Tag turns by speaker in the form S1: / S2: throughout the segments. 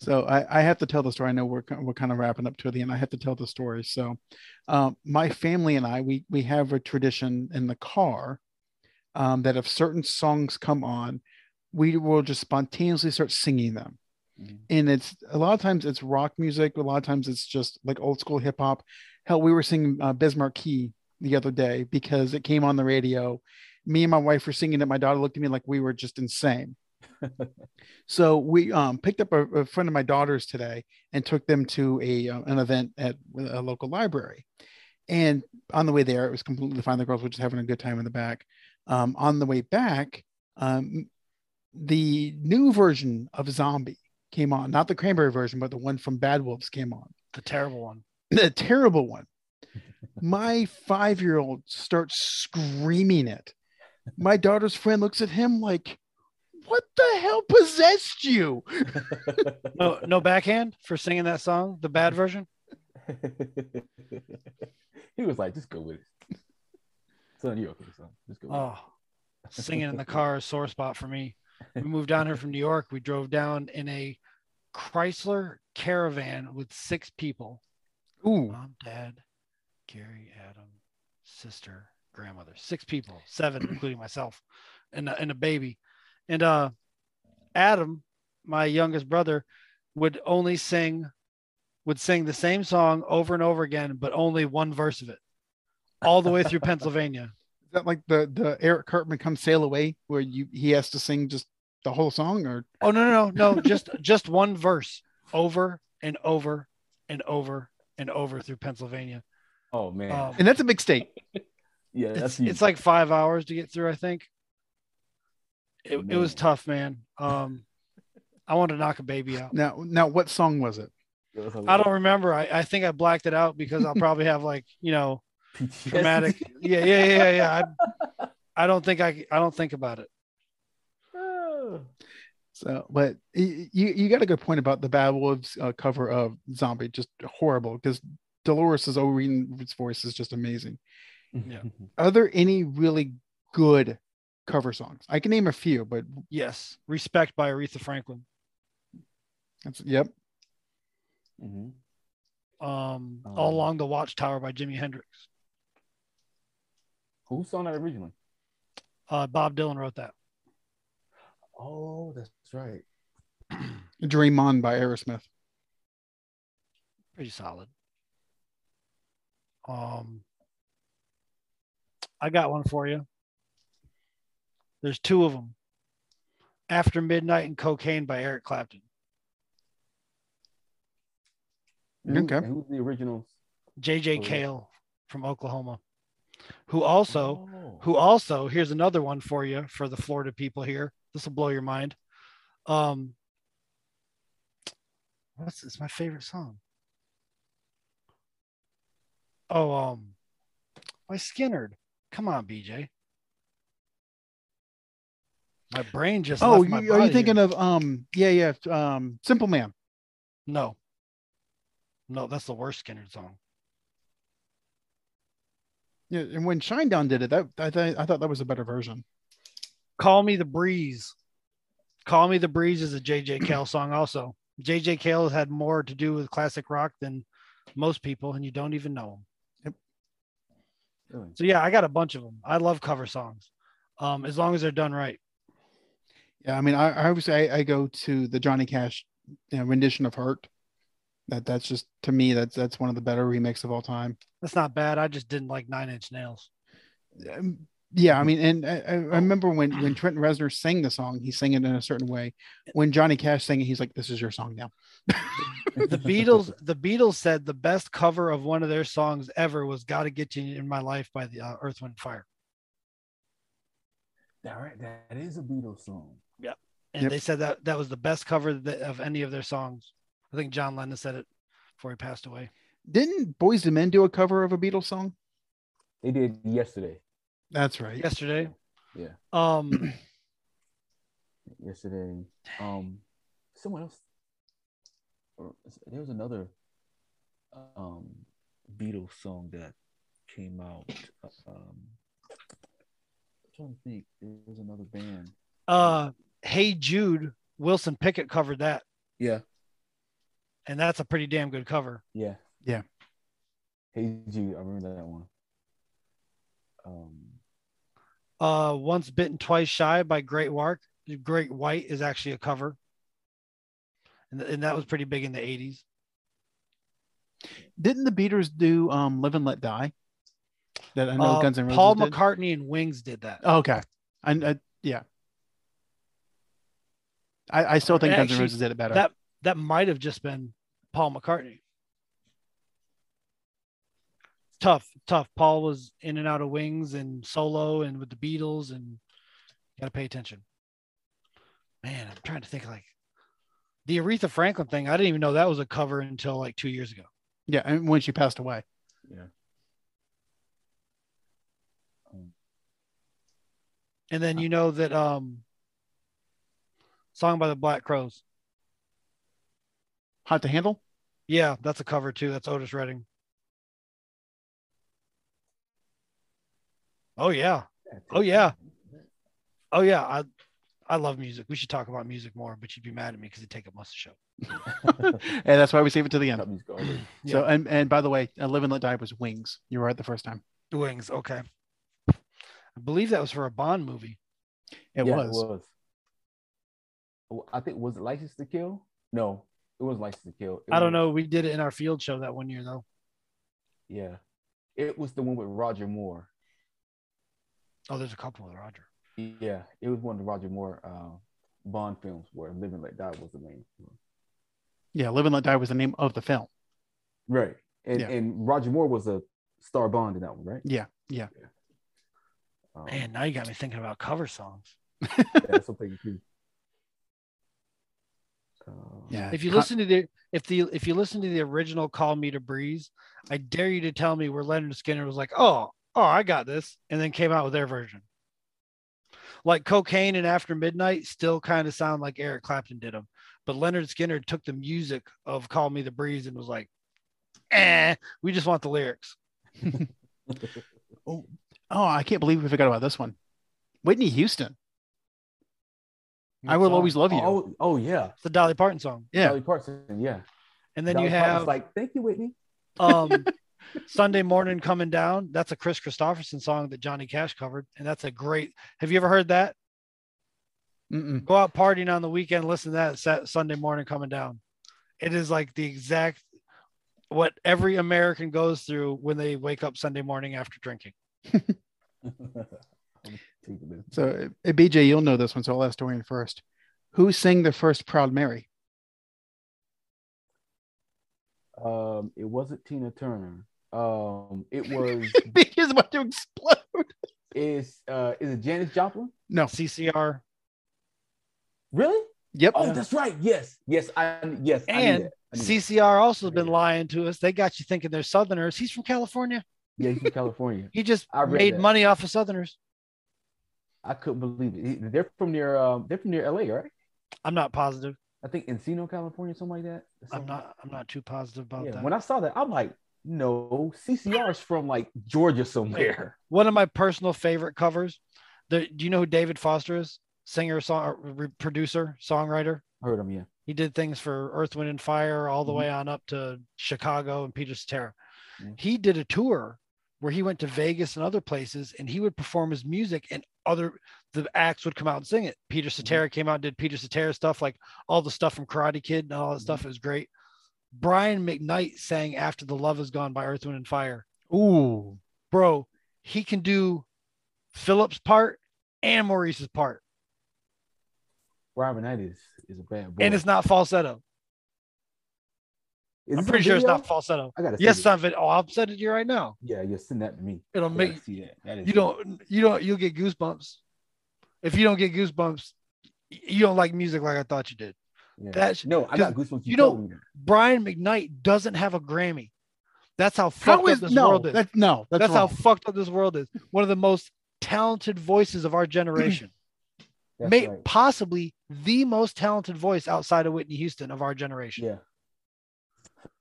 S1: So I, I have to tell the story. I know we're we're kind of wrapping up to the end. I have to tell the story. So um, my family and I we we have a tradition in the car um, that if certain songs come on, we will just spontaneously start singing them.
S2: Mhm.
S1: And it's a lot of times it's rock music. A lot of times it's just like old school hip hop. Hell, we were singing uh, Bismarck Key the other day because it came on the radio. Me and my wife were singing it. My daughter looked at me like we were just insane. so we um, picked up a, a friend of my daughter's today and took them to a uh, an event at a local library. And on the way there, it was completely fine. The girls were just having a good time in the back. Um, on the way back, um, the new version of Zombie came on, not the Cranberry version, but the one from Bad Wolves came on
S3: The terrible one.
S1: the terrible one. My five year old starts screaming it. My daughter's friend looks at him like, What the hell possessed you?
S3: No, no backhand for singing that song, the bad version.
S2: he was like, just go with it. Son, you okay, son. Just go with
S3: Oh, singing in the car is a sore spot for me. We moved down here from New York. We drove down in a Chrysler caravan with six people
S1: Ooh,
S3: mom, dad, Gary, Adam, sister, grandmother, six people, seven, including myself, and, a- and a baby. And uh, Adam, my youngest brother, would only sing, would sing the same song over and over again, but only one verse of it, all the way through Pennsylvania.
S1: is that like the, the Eric Cartman come sail away where you he has to sing just the whole song or
S3: Oh no, no, no, no, just just one verse over and over and over and over through Pennsylvania.
S2: it. Oh man.
S3: Um,
S1: and that's a big state.
S2: yeah, that's
S3: it's,
S2: huge.
S3: it's like five hours to get through, I think. It, it was
S2: Man.
S3: tough, man. Um, I wanted to knock a baby out.
S1: Now now what song was it?
S2: That was
S3: I don't remember. I, I think I blacked it out because I'll probably have like, you know,
S2: PTSD.
S3: traumatic. Yeah, yeah, yeah, yeah. yeah. I, I don't think I, I don't think about it.
S2: Oh.
S1: So but y- you you got a good point about the Bad Wolves uh, cover of Zombie, just horrible because Dolores' O'Rean's voice is just amazing.
S3: Yeah.
S1: are there any really good cover songs? I can name a few, but
S3: Yes. Respect by Aretha Franklin.
S1: that's yep.
S2: Mhm.
S3: Um, all
S2: Um,
S3: along the watchtower by Jimi Hendrix.
S2: Who sung that originally?
S3: Uh, Bob Dylan wrote that.
S2: Oh, that's right.
S1: Dream On by Aerosmith.
S3: pretty solid. Um, I got one for you. There's two of them. After Midnight and Cocaine by Eric Clapton.
S2: And who-
S1: Okay.
S2: And who's the original?
S3: JJ
S2: Oh, yeah.
S3: Cale from Oklahoma, who also,
S2: Oh.
S3: who also, here's another one for you for the Florida people here. This will blow your mind. Um, what's it's my favorite song? Oh, um, by Skinnerd. Come on, BJ. My brain just.
S1: Oh,
S3: left my
S1: you, are you
S3: body
S1: thinking
S3: here.
S1: of um yeah yeah um Simple Man?
S3: No. No, that's the worst Skinnerd song.
S1: Yeah, and when Shinedown did it, that I, th- I thought that was a better version.
S3: Call Me the Breeze. Call Me the Breeze is a JJ Cale song also. JJ Cale has had more to do with classic rock than most people, and you don't even know him.
S2: Really?
S3: So yeah, I got a bunch of them. I love cover songs, um, as long as they're done right.
S1: Yeah, I mean, I, I obviously I, I go to the Johnny Cash you know, rendition of Hurt. That that's just to me that's that's one of the better remakes of all time.
S3: That's not bad. I just didn't like Nine Inch Nails.
S1: Um, yeah, I mean, and I, I I remember when when Trent Reznor sang the song, he sang it in a certain way. When Johnny Cash sang it, he's like, "This is your song now."
S3: The Beatles, the Beatles said the best cover of one of their songs ever was "Gotta Get You in My Life" by the uh, Earth, Wind, and Fire,
S2: All right, that is a Beatles song.
S3: and
S1: Yep.
S3: they said that that was the best cover that, of any of their songs. I think John Lennon said it before he passed away.
S1: Didn't Boys to Men do a cover of a Beatles song?
S2: They did yesterday.
S1: That's right.
S3: Yesterday,
S2: Yeah,
S3: um,
S2: yesterday. Um, someone else. or is- There was another um Beatles song that came out. Um, I'm trying to think, there was another band.
S3: uh, "Hey Jude," Wilson Pickett covered that.
S2: Yeah,
S3: and that's a pretty damn good cover.
S2: Yeah.
S1: Yeah.
S2: Hey Jude, I remember that one. Um,
S3: Uh, Once Bitten, Twice Shy by Great Wark. Great White is actually a cover, and, th- and that was pretty big in the '80s.
S1: Didn't the Beaters do um, "Live and Let Die"? That I know
S3: Uh,
S1: Guns and Roses.
S3: Paul
S1: did?
S3: McCartney and Wings did that.
S1: Oh, okay, I, I yeah. I, I still think Guns N'
S3: Actually,
S1: Roses did it better.
S3: that that might have just been Paul McCartney. Tough, tough. Paul was in and out of Wings and solo and with the Beatles, and gotta pay attention. Man, I'm trying to think like the Aretha Franklin thing. I didn't even know that was a cover until like two years ago.
S1: yeah, and when she passed away.
S2: um,
S3: And then you know that um song by the Black Crows.
S1: Hot to handle.
S3: Yeah, that's a cover too. That's Otis Redding. Oh yeah. Oh, yeah. Oh yeah, I I love music. We should talk about music more, but you'd be mad at me because it'd take up most of
S1: and that's why we save it to the end.
S2: That music already.
S1: So and and by the way, uh, "Live and Let Die" was Wings. You were right the first time.
S3: the show. Wings, okay. I believe that was for a Bond movie.
S1: It
S2: Yeah,
S1: was.
S2: It was. Well, I think was it License to Kill? No, it was License to Kill. It
S3: I don't
S2: was-
S3: know. We did it in our field show that one year though.
S2: Yeah, it was the one with Roger Moore.
S3: Oh, there's a couple with Roger.
S2: Yeah, it was one of the Roger Moore uh, Bond films where Live and Let Die was the main. One.
S1: Yeah, "Live and Let Die" was the name of the film.
S2: Right, and
S1: Yeah.
S2: and Roger Moore was a star Bond in that one, right?
S1: Yeah, yeah.
S2: Um,
S3: Man, now you got me thinking about cover songs.
S2: yeah, something too. Uh,
S1: Yeah.
S3: if you
S1: Con-
S3: listen to the if the if you listen to the original call me to breeze i dare you to tell me where leonard skinner was like oh oh i got this and then came out with their version like cocaine and after midnight still kind of sound like eric clapton did them but leonard skinner took the music of call me the breeze and was like eh we just want the lyrics
S1: Oh, I can't believe we forgot about this one. Whitney Houston. I will
S3: Song.
S1: always love you.
S2: Oh, oh yeah,
S3: it's the dolly parton song
S1: yeah.
S2: Dolly Parton, yeah.
S3: and then
S2: Dolly
S3: you
S2: Parton's
S3: have
S2: like, thank you, Whitney.
S3: um sunday morning coming down that's a chris christopherson song that johnny cash covered and that's a great have you ever heard that
S1: Mm-mm.
S3: go out partying on the weekend listen to that Sat- sunday morning coming down it is like the exact what every american goes through when they wake up sunday morning after drinking
S2: I'm taking this.
S1: So, uh, BJ, you'll know this one, so I'll ask Dorian first. Who sang the first Proud Mary?
S2: Um, it wasn't Tina Turner. Um, it was
S1: BJ is about to explode.
S2: is uh is it Janis Joplin?
S1: No.
S3: ccr
S2: Really?
S1: Yep.
S2: Oh, that's right. Yes, yes, I yes. I knew
S3: And
S2: that. I knew that.
S3: ccr also has been lying to us they got you thinking they're southerners he's from california
S2: yeah, he's from California.
S3: he just
S2: I read
S3: made
S2: that.
S3: money off of southerners
S2: I couldn't believe it. He- They're from near um they're from near LA, right?
S3: i'm not positive
S2: I think Encino, California, something like that.
S3: i'm not i'm not too positive about
S2: Yeah,
S3: that
S2: when I saw that, I'm like, no, CCR's from like Georgia somewhere.
S3: one of my personal favorite covers the, do you know who david foster is singer song or re- producer songwriter
S2: Heard him, yeah.
S3: He did things for Earth, Wind, and Fire all the
S2: Mhm.
S3: way on up to Chicago and Peter Cetera.
S2: Yeah.
S3: He did a tour where he went to Vegas and other places and he would perform his music and other the acts would come out and sing it. Peter
S2: Mm-hmm.
S3: Cetera came out and did Peter Cetera stuff, like all the stuff from Karate Kid and all that stuff.
S2: Mm-hmm.
S3: It was great. Brian McKnight sang After the Love Is Gone by Earth, Wind, and Fire.
S1: Ooh.
S3: Bro, he can do Phillips' part and Maurice's part,
S2: Robin Knight is, is a bad boy.
S3: and it's not falsetto. I'm
S2: Is this on
S3: pretty sure it's
S2: video?
S3: not falsetto.
S2: I gotta see
S3: Yes,
S2: it.
S3: son. Oh, I'll send it to you right now.
S2: Yeah, yeah, send that to me.
S3: It'll
S2: I
S3: make
S2: gotta see that. That is
S3: you don't you don't you'll get goosebumps if you don't get goosebumps y- you don't like music like i thought you did
S2: Yeah.
S3: that's-
S2: no, I got goosebumps.
S3: you
S2: told
S3: know-
S2: me that.
S3: brian mcknight doesn't have a grammy that's how fucked
S1: How is
S3: up this
S1: no?
S3: world is
S1: That's no. That's,
S3: that's, how
S1: wrong.
S3: fucked up this world is one of the most talented voices of our generation
S2: That's
S3: May,
S2: right.
S3: possibly the most talented voice outside of whitney houston of our generation
S2: Yeah.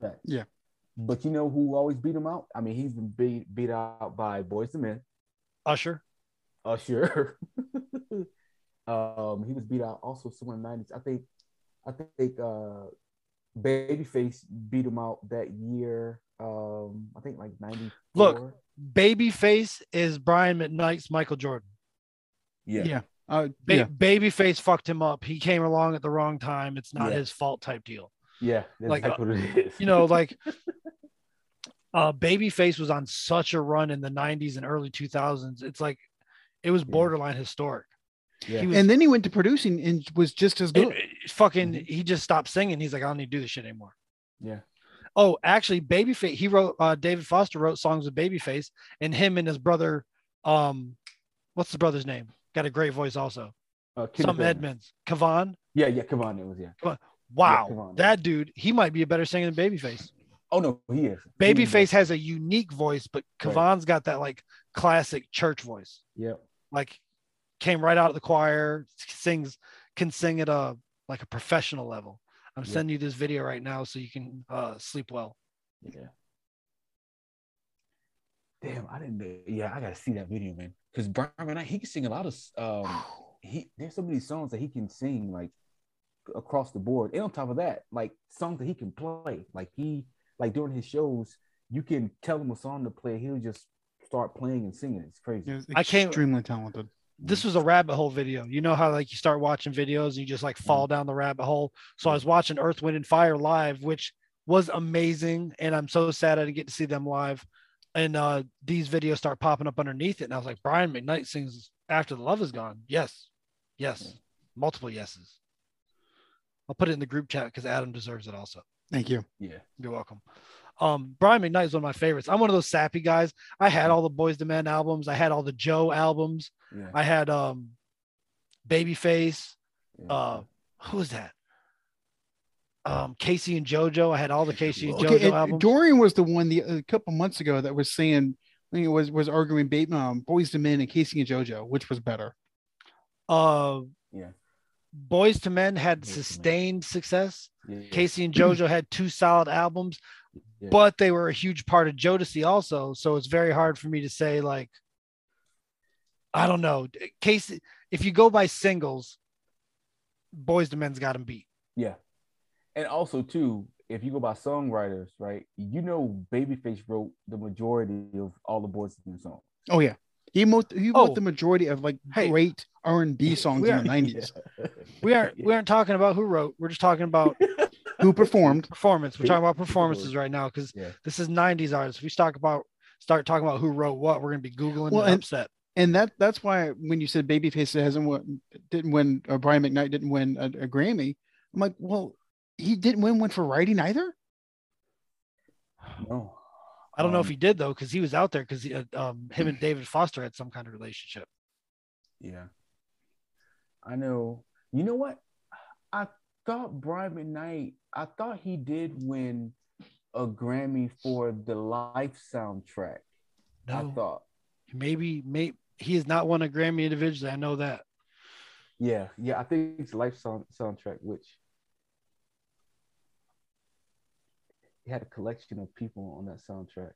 S2: Right.
S1: Yeah.
S2: But you know who always beat him out? I mean, he's been beat beat out by Boys and Men,
S3: usher
S2: Usher. um, he was beat out also somewhere in the nineties. I think, I think uh, Babyface beat him out that year. Um, I think like ninety.
S3: Look. Babyface is Brian McKnight's Michael Jordan.
S2: Yeah.
S1: Yeah. Uh,
S3: Ba-
S1: yeah.
S3: Babyface fucked him up. He came along at the wrong time. It's not
S2: Yeah.
S3: his fault type deal.
S2: Yeah. That's
S3: Like, uh,
S2: exactly what it is.
S3: You know, like uh Babyface was on such a run in the 90s and early 2000s. It's like it was
S2: Yeah.
S3: borderline historic.
S2: Yeah.
S3: He was
S1: And then he went to producing and was just as good.
S3: it- it- fucking
S2: Mhm.
S3: he just stopped singing. He's like I don't need to do this shit anymore.
S2: yeah.
S3: Oh, actually Babyface he wrote uh David Foster wrote songs with Babyface and him and his brother um what's the brother's name? Got a great voice also.
S2: Uh,
S3: Some
S2: Kenneth Edmonds.
S3: Edmonds. Kavan.
S2: Yeah. Yeah. Come on. It was yeah.
S3: Wow.
S2: Kavan.
S3: that dude, he might be a better singer than Babyface.
S2: Oh no, he is. He is.
S3: Babyface has a unique voice, but
S2: Right.
S3: Kavan's got that like classic church voice.
S2: Yep.
S3: Like came right out of the choir, sings can sing at a like a professional level. I'm
S2: Yeah.
S3: sending you this video right now so you can uh, sleep well.
S2: Yeah. Damn, I didn't. know- Yeah, I gotta see that video, man. Because Brian Knight, he can sing a lot of. s- Um, he there's so many songs that he can sing like across the board, and on top of that, like songs that he can play. Like he, like during his shows, you can tell him a song to play, he'll just start playing and singing. It's crazy.
S1: He was
S3: I can't-
S1: extremely talented.
S3: This was a rabbit hole video. You know how like you start watching videos and you just like fall down the rabbit hole. So I was watching Earth, Wind, and Fire live, which was amazing, and I'm so sad I didn't get to see them live. And uh, these videos start popping up underneath it, and I was like, Brian McKnight sings "After the Love Is Gone." Yes, yes,
S2: Yeah.
S3: multiple yeses. I'll put it in the group chat because Adam deserves it. Also,
S1: Thank you.
S2: Yeah,
S3: you're welcome. Um, Brian McKnight is one of my favorites. I'm one of those sappy guys. I had all the Boys to Men albums. I had all the Joe albums.
S2: yeah.
S3: I had um Babyface.
S2: yeah.
S3: Uh who was that? Um Casey and JoJo. I had all the Casey and
S1: Okay,
S3: JoJo
S1: and
S3: albums.
S1: Dorian was the one the a couple months ago that was saying I think it was was arguing Ba- um, Boys to Men and Casey and JoJo, which was better.
S3: uh
S2: Yeah.
S3: Boys to Men had
S2: Boyz II Men.
S3: sustained success.
S2: yeah,
S3: Casey and JoJo had two solid albums,
S2: Yeah.
S3: but they were a huge part of Jodeci also. So it's very hard for me to say like, I don't know. Casey, if you go by singles, Boys to Men's got him beat.
S2: Yeah. And also too, if you go by songwriters, right, you know Babyface wrote the majority of all the boys in the song.
S1: Oh yeah, he wrote he wrote
S3: Oh.
S1: the majority of like
S3: Hey.
S1: great R and B songs
S3: We
S1: in
S3: are-
S1: the nineties.
S3: We aren't we aren't talking about who wrote. We're just talking about
S1: Who performed?
S3: performance. We're
S2: Who-
S3: talking about
S2: who wrote-
S3: performances right now because
S2: Yeah.
S3: this is '90s artists. If we talk about start talking about who wrote what, we're gonna be googling
S1: Well,
S3: and
S1: and-
S3: upset.
S1: And that that's why when you said Babyface hasn't won, didn't win, or Brian McKnight didn't win a, a Grammy, I'm like, well, he didn't win one for writing either.
S2: No.
S3: I don't know if
S2: Um,
S3: he did though because he was out there because um, him and David Foster had some kind of relationship.
S2: Yeah. I know. You know what? I thought Brian McKnight, I thought he did win a Grammy for the Life soundtrack. I
S3: No,
S2: thought.
S3: maybe maybe he has not won a Grammy individually. I know that.
S2: Yeah. Yeah. I think it's Life sound, soundtrack, which he had a collection of people on that soundtrack.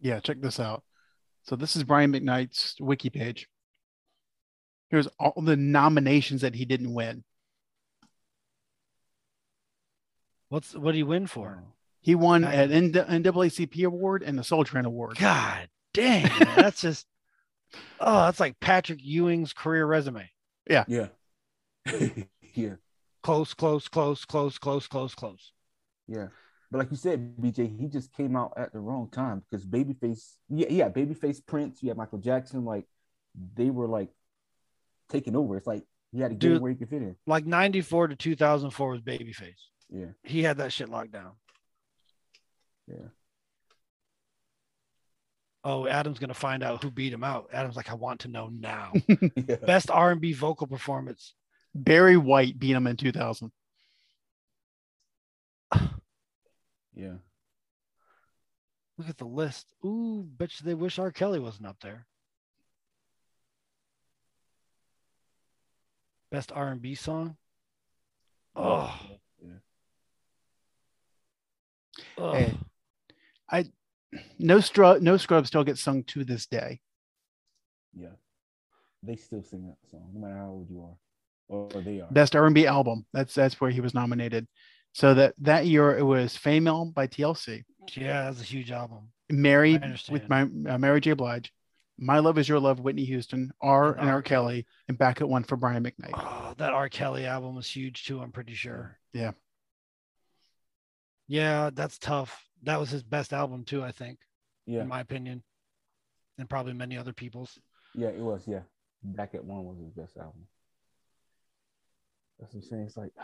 S1: Yeah, check this out. So this is Brian McKnight's wiki page. Here's all the nominations that he didn't win.
S3: What's what did he win for?
S2: Wow.
S1: He won
S3: Nice.
S1: an N- NAACP award and a Soul Train award.
S3: God dang, man, that's just oh, that's like Patrick Ewing's career resume.
S2: Yeah. yeah.
S3: Close, close, close, close, close, close, close.
S2: Yeah. But like you said, BJ, he just came out at the wrong time because Babyface, yeah, yeah, Babyface Prince, you had Michael Jackson, like they were like taking over. It's like you had to get
S3: Dude.
S2: in where you could fit in.
S3: Like '94 to 2004 was Babyface.
S2: Yeah.
S3: He had that shit locked down.
S2: Yeah.
S3: oh, Adam's gonna find out who beat him out. Adam's like, I want to know now.
S2: Yeah.
S3: Best R and B vocal performance.
S1: Barry White beat him in 2000.
S2: Yeah.
S3: Look at the list. Ooh, bet you they wish R. Kelly wasn't up there. Best R and B song. Oh,
S2: Yeah.
S3: Ugh.
S1: Hey. No, stru- no scrub still gets sung to this day.
S2: Yeah. They still sing that song, no matter how old you are. or they are.
S1: best R&B album. That's that's where he was nominated. So that that year it was Female by TLC,
S3: Yeah, that's a huge album.
S1: Mary
S3: I
S1: with my uh, Mary J. Blige, My Love Is Your Love, Whitney Houston, R
S3: And
S1: and
S3: R.
S1: R. Kelly, and back at one for Brian McKnight.
S3: Oh, that R. Kelly album was huge too. I'm pretty sure.
S1: Yeah.
S3: Yeah, that's tough. That was his best album too. I think,
S2: Yeah,
S3: in my opinion, and probably many other people's.
S2: yeah, it was. Yeah, back at one was his best album. That's what I'm saying. It's like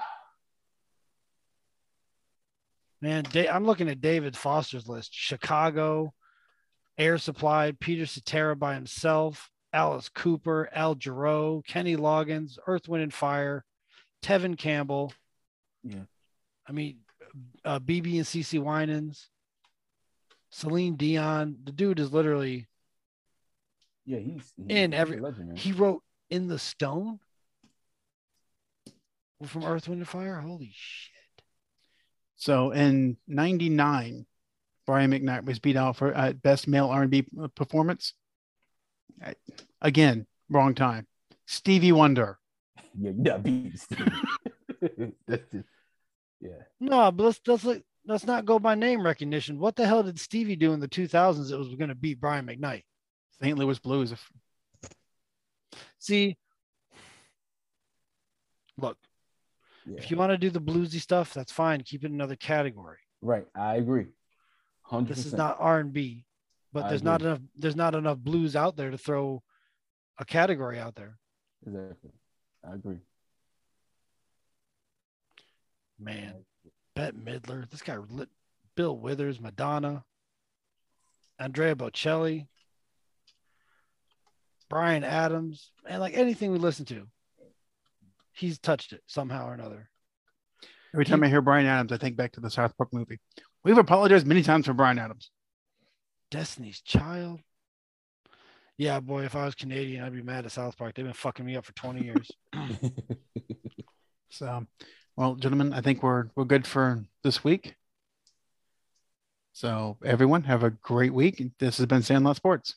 S3: Man, da- I'm looking at David Foster's list: Chicago, Air Supply, Peter Cetera by himself, Alice Cooper, Al Jarreau, Kenny Loggins, Earth, Wind and Fire, Tevin Campbell.
S2: Yeah.
S3: I mean, uh, BB and CC Winans, Celine Dion. The dude is literally
S2: yeah, he's, he's
S3: And
S2: a
S3: every-
S2: legend, man.
S3: he wrote in the stone from Earth, Wind and Fire. Holy shit!
S1: So in '99, Brian McKnight was beat out for uh, best male R&B performance. I- Again, wrong time. Stevie Wonder.
S2: yeah, you got beats. That's just, yeah,
S3: No, but let's let's look- let's not go by name recognition. What the hell did Stevie do in the 2000s that was going to beat Brian McKnight?
S1: St. Louis Blues.
S3: See, look,
S2: yeah.
S3: if you want to do the bluesy stuff, that's fine. Keep it in another category.
S2: right, I agree. Hundred.
S3: This is not R&B, but
S2: I
S3: there's not
S2: agree.
S3: enough there's not enough blues out there to throw a category out there.
S2: exactly. I agree.
S3: Man, Bette Midler, this guy lit Bill Withers, Madonna, Andrea Bocelli, Brian Adams, and like anything we listen to, he's touched it somehow or another.
S1: Every time I hear Brian Adams, I think back to the South Park movie. We've apologized many times for Brian Adams.
S3: Destiny's Child. Yeah, boy, if I was Canadian, I'd be mad at South Park. They've been fucking me up for 20 years.
S1: So, well, gentlemen, I think we're we're good for this week. So, everyone, have a great week. This has been Sandlot Sports.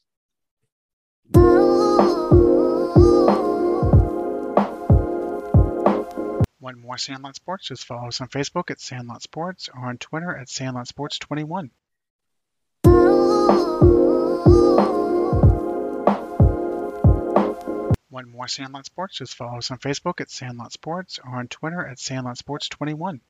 S1: Want more Sandlot Sports? Just follow us on Facebook at Sandlot Sports or on Twitter at Sandlot Sports 21. Want more Sandlot Sports? Just follow us on Facebook at Sandlot Sports or on Twitter at Sandlot Sports 21.